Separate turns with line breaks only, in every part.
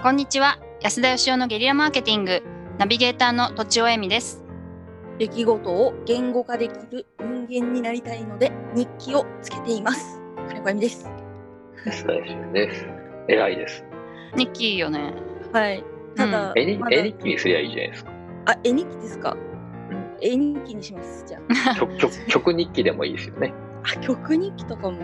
こんにちは安田義雄のゲリラマーケティングナビゲーターの土地尾恵美です
出来事を言語化できる人間になりたいので日記をつけています金子恵美です
安田義雄です。偉いです。
ニッキーよね
はいただ、
絵に
まだ
絵日記にすりゃいいじゃないですか。
あ絵日記ですか絵日記にしますじゃあ
曲曲曲日記でもいいですよね。
あ曲日記とかも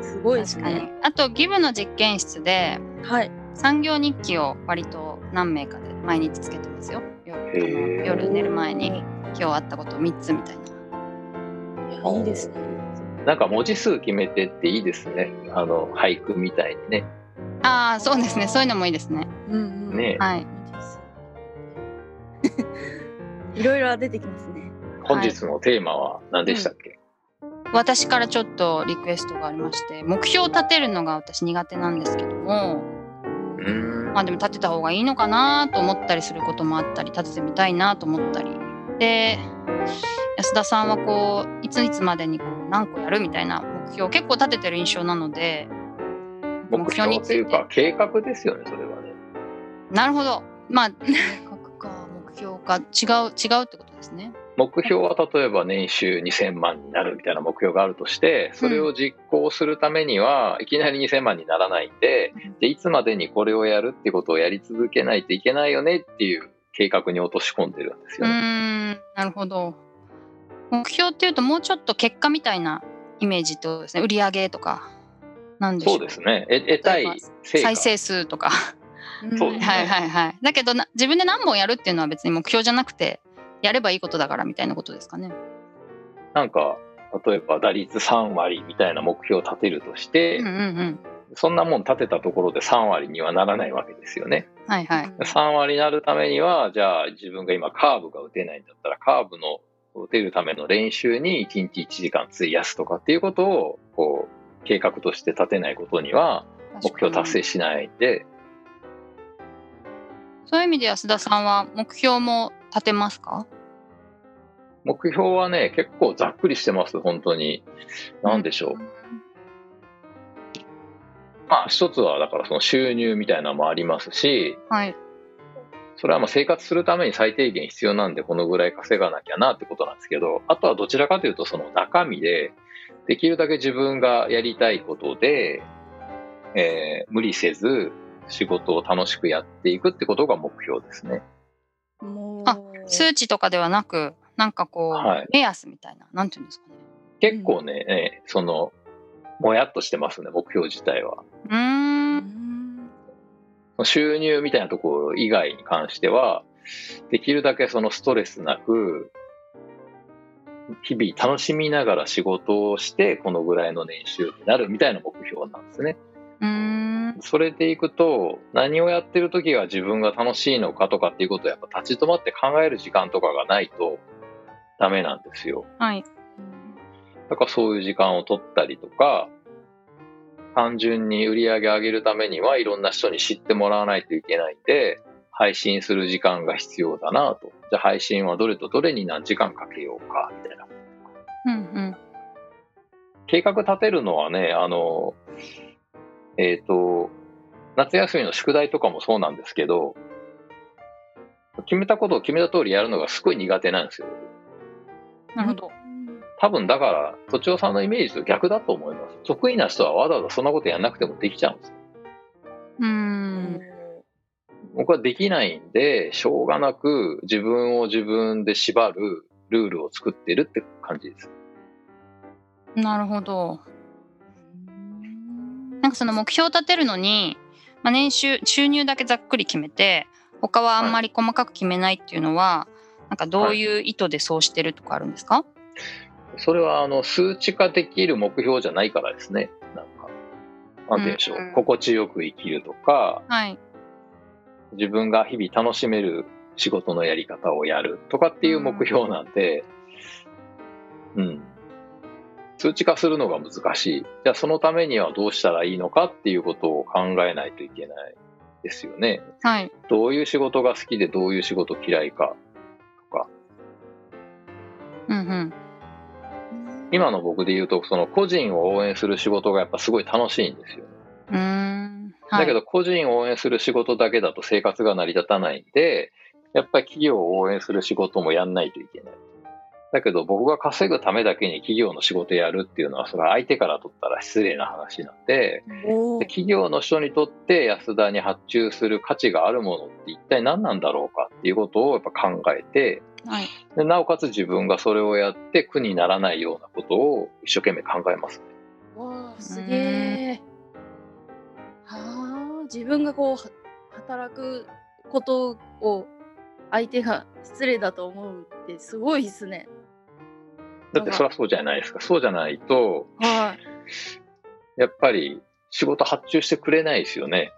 すごいです
確かに
ね
あとギブの実験室で
はい
産業日記を割と何名かで毎日つけてますよ夜あの
へー
夜寝る前に今日あったこと3つみたいない
やいいですね
なんか文字数決めてっていいですね。あの俳句みたいにね。
ああそうですねそういうのもいいですね
うんうん
ね
はい
いろいろ出てきますね
本日のテーマは何でしたっけ？
私からちょっとリクエストがありまして目標を立てるのが私苦手なんですけども
うーん。
まあでも立てた方がいいのかなと思ったりすることもあったり立ててみたいなと思ったりで安田さんはこういついつまでにこう何個やるみたいな目標を結構立ててる印象なので
目標っていうか計画ですよね。それはね。
なるほどまあ計画か目標か違う違うってことですね
目標は例えば年収2000万になるみたいな目標があるとしてそれを実行するためにはいきなり2000万にならないんででいつまでにこれをやるってことをやり続けないといけないよねっていう計画に落とし込んでるんです
う
よね。
ーんなるほど目標っていうともうちょっと結果みたいなイメージってことですね売り上げとかなんでしょ
そううですね。え得たい成果
再生数とか
そうですね
はいはいはい。だけどな自分で何本やるっていうのは別に目標じゃなくてやればいいことだからみたいなことですかね。
なんか例えば打率3割みたいな目標を立てるとして、
うんうんうん。
そんなもん立てたところで3割にはならないわけですよね。
はいはい。
3割になるためにはじゃあ自分が今カーブが打てないんだったらカーブの打てるための練習に1日1時間費やすとかっていうことをこう計画として立てないことには目標達成
確かに
しないんで
そういう意味で安田さんは目標も立てますか？
目標はね結構ざっくりしてます本当に何でしょうまあ一つはだからその収入みたいなのもありますし
はい。
それはまあ生活するために最低限必要なんでこのぐらい稼がなきゃなってことなんですけどあとはどちらかというとその中身でできるだけ自分がやりたいことで、えー無理せず仕事を楽しくやっていくってことが目標ですね。
もう
あ数値とかではなくなんかこう、
はい
目安みたいななんていうんですかね。
結構ね、えーそのもやっとしてますね目標自体は。
うー。
うんん
収入みたいなところ以外に関しては、できるだけそのストレスなく、日々楽しみながら仕事をして、このぐらいの年収になるみたいな目標なんですね。
うーん。
それでいくと、何をやってる時が自分が楽しいのかとかっていうことをやっぱ立ち止まって考える時間とかがないとダメなんですよ。
はい。
だからそういう時間を取ったりとか、単純に売り上げ上げるためにはいろんな人に知ってもらわないといけないんで、配信する時間が必要だなと。じゃあ配信はどれとどれに何時間かけようか、みたいな。
うんうん。
計画立てるのはね、あの、えっ、と、夏休みの宿題とかもそうなんですけど、決めたことを決めた通りやるのがすごい苦手なんですよ。
なるほど。
多分だから、土地さんのイメージと逆だと思います。得意な人はわざわざそんなことやんなくてもできちゃうんです。
うー
うん
ん。
僕はできないんで、しょうがなく自分を自分で縛るルールを作ってるって感じです。
なるほど。なんかその目標を立てるのに、まあ、年収収入だけざっくり決めて他はあんまり細かく決めないっていうのは、なんかどういう意図でそうしてるとかあるんですか、
それはあの数値化できる目標じゃないからですね。なんか、なんて言うんでしょう。
うんうん
心地よく生きるとか、
はい、
自分が日々楽しめる仕事のやり方をやるとかっていう目標なんで、うん。数値化するのが難しい。じゃあそのためにはどうしたらいいのかっていうことを考えないといけないですよね。
はい、
どういう仕事が好きでどういう仕事嫌いか。
うんうん、
今の僕で言うと、その個人を応援する仕事がやっぱすごい楽しいんですよ。
うーん、はい
だけど個人を応援する仕事だけだと生活が成り立たないんで、やっぱり企業を応援する仕事もやんないといけない。だけど僕が稼ぐためだけに企業の仕事やるっていうのは、それは相手から取ったら失礼な話なんで、
お
で
ー
企業の人にとって安田に発注する価値があるものって一体何なんだろうかっていうことをやっぱ考えて、
はい
でなおかつ自分がそれをやって苦にならないようなことを一生懸命考えます。
わあすげえ。はあ自分がこうは働くことを相手が失礼だと思うってすごいですね。
だってそりゃそうじゃないですか。そうじゃないと、
はい。
やっぱり仕事発注してくれないですよね。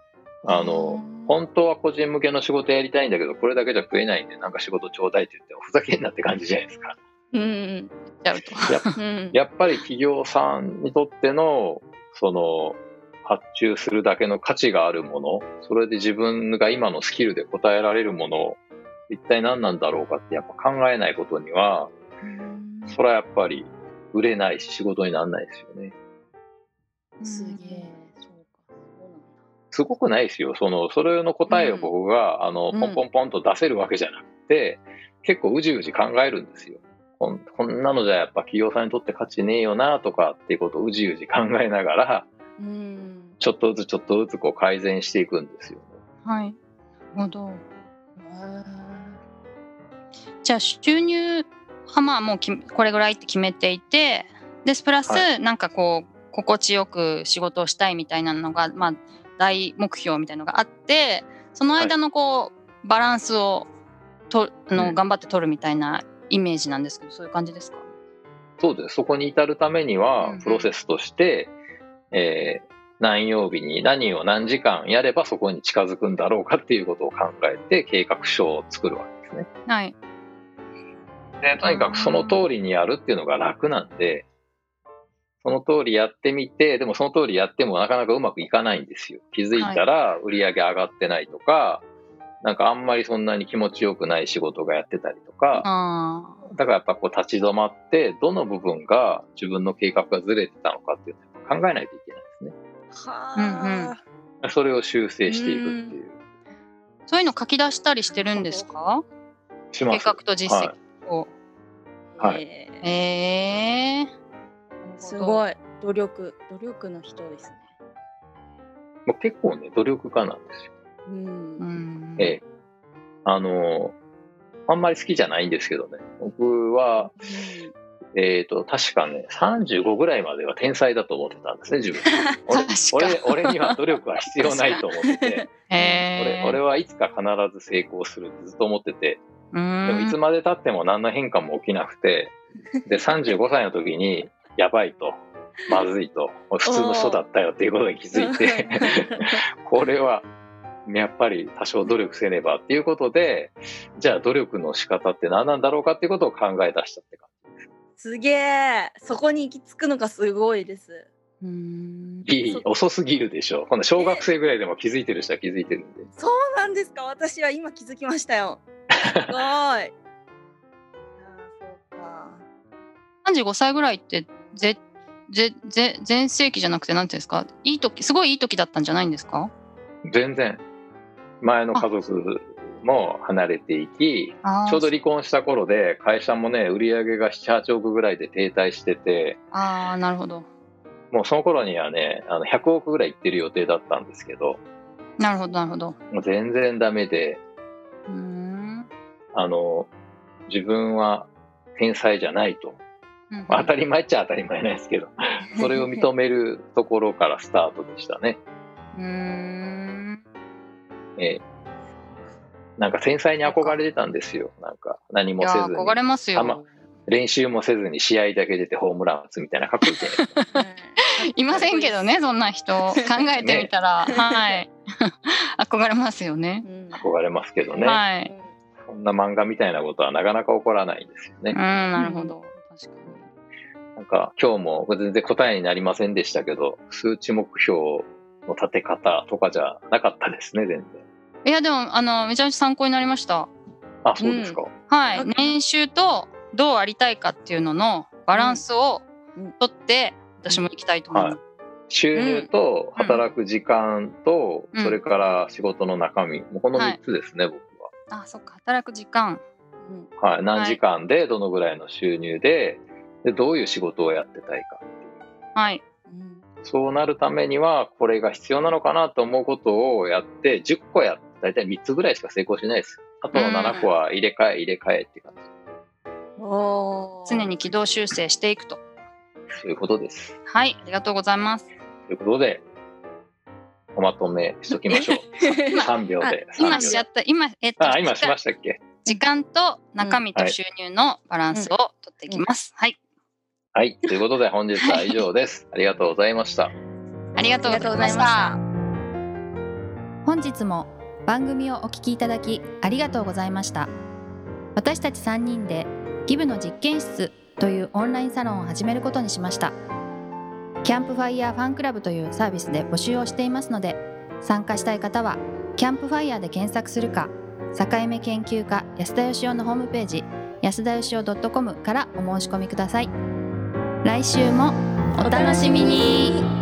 あの、
うん
本当は個人向けの仕事やりたいんだけど、これだけじゃ食えないんで、なんか仕事ちょうだいって言って、おふざけんなって感じじゃないです か。
うん
ちゃうと。
うん。
やっぱり企業さんにとっての、その、発注するだけの価値があるもの、それで自分が今のスキルで答えられるもの、一体何なんだろうかってやっぱ考えないことには、
うん
それはやっぱり売れないし仕事にならないですよね。
すげえ。そうか。そうなんだ。
すごくないですよ。その、それの答えを僕が、あの、
うん
ポンポンポンと出せるわけじゃなくて、結構うじうじ考えるんですよ。こんこんなのじゃやっぱ企業さんにとって価値ねえよなとかっていうことをうじうじ考えながら、
うん。
ちょっとずつちょっとずつこう改善していくんですよ。
はい。なるほど。
あ
じゃあ収入はまあもうきこれぐらいって決めていてでプラス、
は
なんかこう心地よく仕事をしたいみたいなのが、まあ、大目標みたいなのがあってその間のこう、バランスをとあの、
うん
頑張って取るみたいなイメージなんですけどそういう感じですか
そうです。そこに至るために
う
は
ん、
プロセスとして、えー何曜日に何を何時間やればそこに近づくんだろうかっていうことを考えて計画書を作るわけですね。
はい。
でとにかくその通りにやるっていうのが楽なんでその通りやってみてでもその通りやってもなかなかうまくいかないんですよ気づいたら売り上げ上がってないとか、なんかあんまりそんなに気持ちよくない仕事がやってたりとか、
あー
だからやっぱこう立ち止まってどの部分が自分の計画がずれてたのかっていうのを考えないといけないです
ーはあ。
ねそれを修正していくっていう、
そういうの書き出したりしてるんですか
しま
計
す
画と実績を。
はい
えー
えー、
す
い。
ごい努力努力の人ですね。
まあ結構ね努力家なんですよ
う。
うんん、
ええ。あの、あんまり好きじゃないんですけどね。僕は、えっ、と、確かね、35ぐらいまでは天才だと思ってたんですね、自 分。俺
確か
俺俺には努力は必要ないと 思ってて、
え
俺俺はいつか必ず成功するってずっと思ってて、でもいつ
も
までたっても何の変化も起きなくて、で、35歳の時に、やばいと、まずいと、普通の人だったよっていうことに気づいて、これはやっぱり多少努力せねばっていうことでじゃあ努力の仕方って何なんだろうかっていうことを考え出したって感
すげえそこに行き着くのがすごいです。
うん
じいい
そう
遅すぎるでしょうこの小学生ぐらいでも気づいてる人は気づいてるんで
そうなんですか私は今気づきましたよ。すごい。あーそうか。
35歳ぐらいってぜぜぜ全盛期じゃなくてなんていうんですかいい時すごいいい時だったんじゃないんですか
全然前の家族も離れていき
あー
ちょうど離婚した頃で会社もね売り上げが78億ぐらいで停滞してて
あーなるほど
もうその頃にはねあの100億ぐらいいってる予定だったんですけど
なるほどなるほど
もう全然ダメで
うん
あの自分は天才じゃないと
うん
まあ当たり前っちゃ当たり前なんで すけど、それを認めるところからスタートでしたね。
うん
ええなんか天才に憧れてたんですよ。なんか何
い
も
や
せず
憧れ
に、
ます
あま
よ
練習もせずに試合だけ出てホームラン打つみたいなかっこいいじゃない ですか
いませんけどね。そんな 人考えてみたら、
ね
はい 憧れますよね
うん
憧れますけどね、
はい
そんな漫画みたいなことはなかなか起こらないんですよ
うん
ね。
なるほど確かに
なんか今日も全然答えになりませんでしたけど、数値目標の立て方とかじゃなかったですね、全然。
いやでもあのめちゃめちゃ参考になりました。
あ、そうですか。
は、
ないんか
年収とどうありたいかっていうののバランスを
うんうん
取って、私も行きたいと思います。
収入と
うん
働く時間と、
うん
それから仕事の中身、もうこの
はい
3つですね、僕
あそっか働く時間
うん
は、はい、何時間でどのぐらいの収入ででどういう仕事をやってたいか
はい
うん
そうなるためにはこれが必要なのかなと思うことをやって10個やって大体3つぐらいしか成功しないですあとの7個は入れ替え入れ替えっていう感じ
おー
常に軌道修正していくと
そういうことです
はいありがとうございます
ということでおまとめしときましょう3秒で
あ
今
3秒で
しちゃった今えっと
あ今しましたっけ
時間と中身と収入のバランスを取っていきます、はい
はいということで本日は以上ですありがとうございました
ありがとうございまし
ありがとうございました
本日も番組をお聞きいただきありがとうございました私たち3人でギブの実験室というオンラインサロンを始めることにしましたキャンプファイヤーファンクラブというサービスで募集をしていますので参加したい方はキャンプファイヤーで検索するか境目研究家安田義雄のホームページ安田義雄 .com からお申し込みください来週もお楽しみに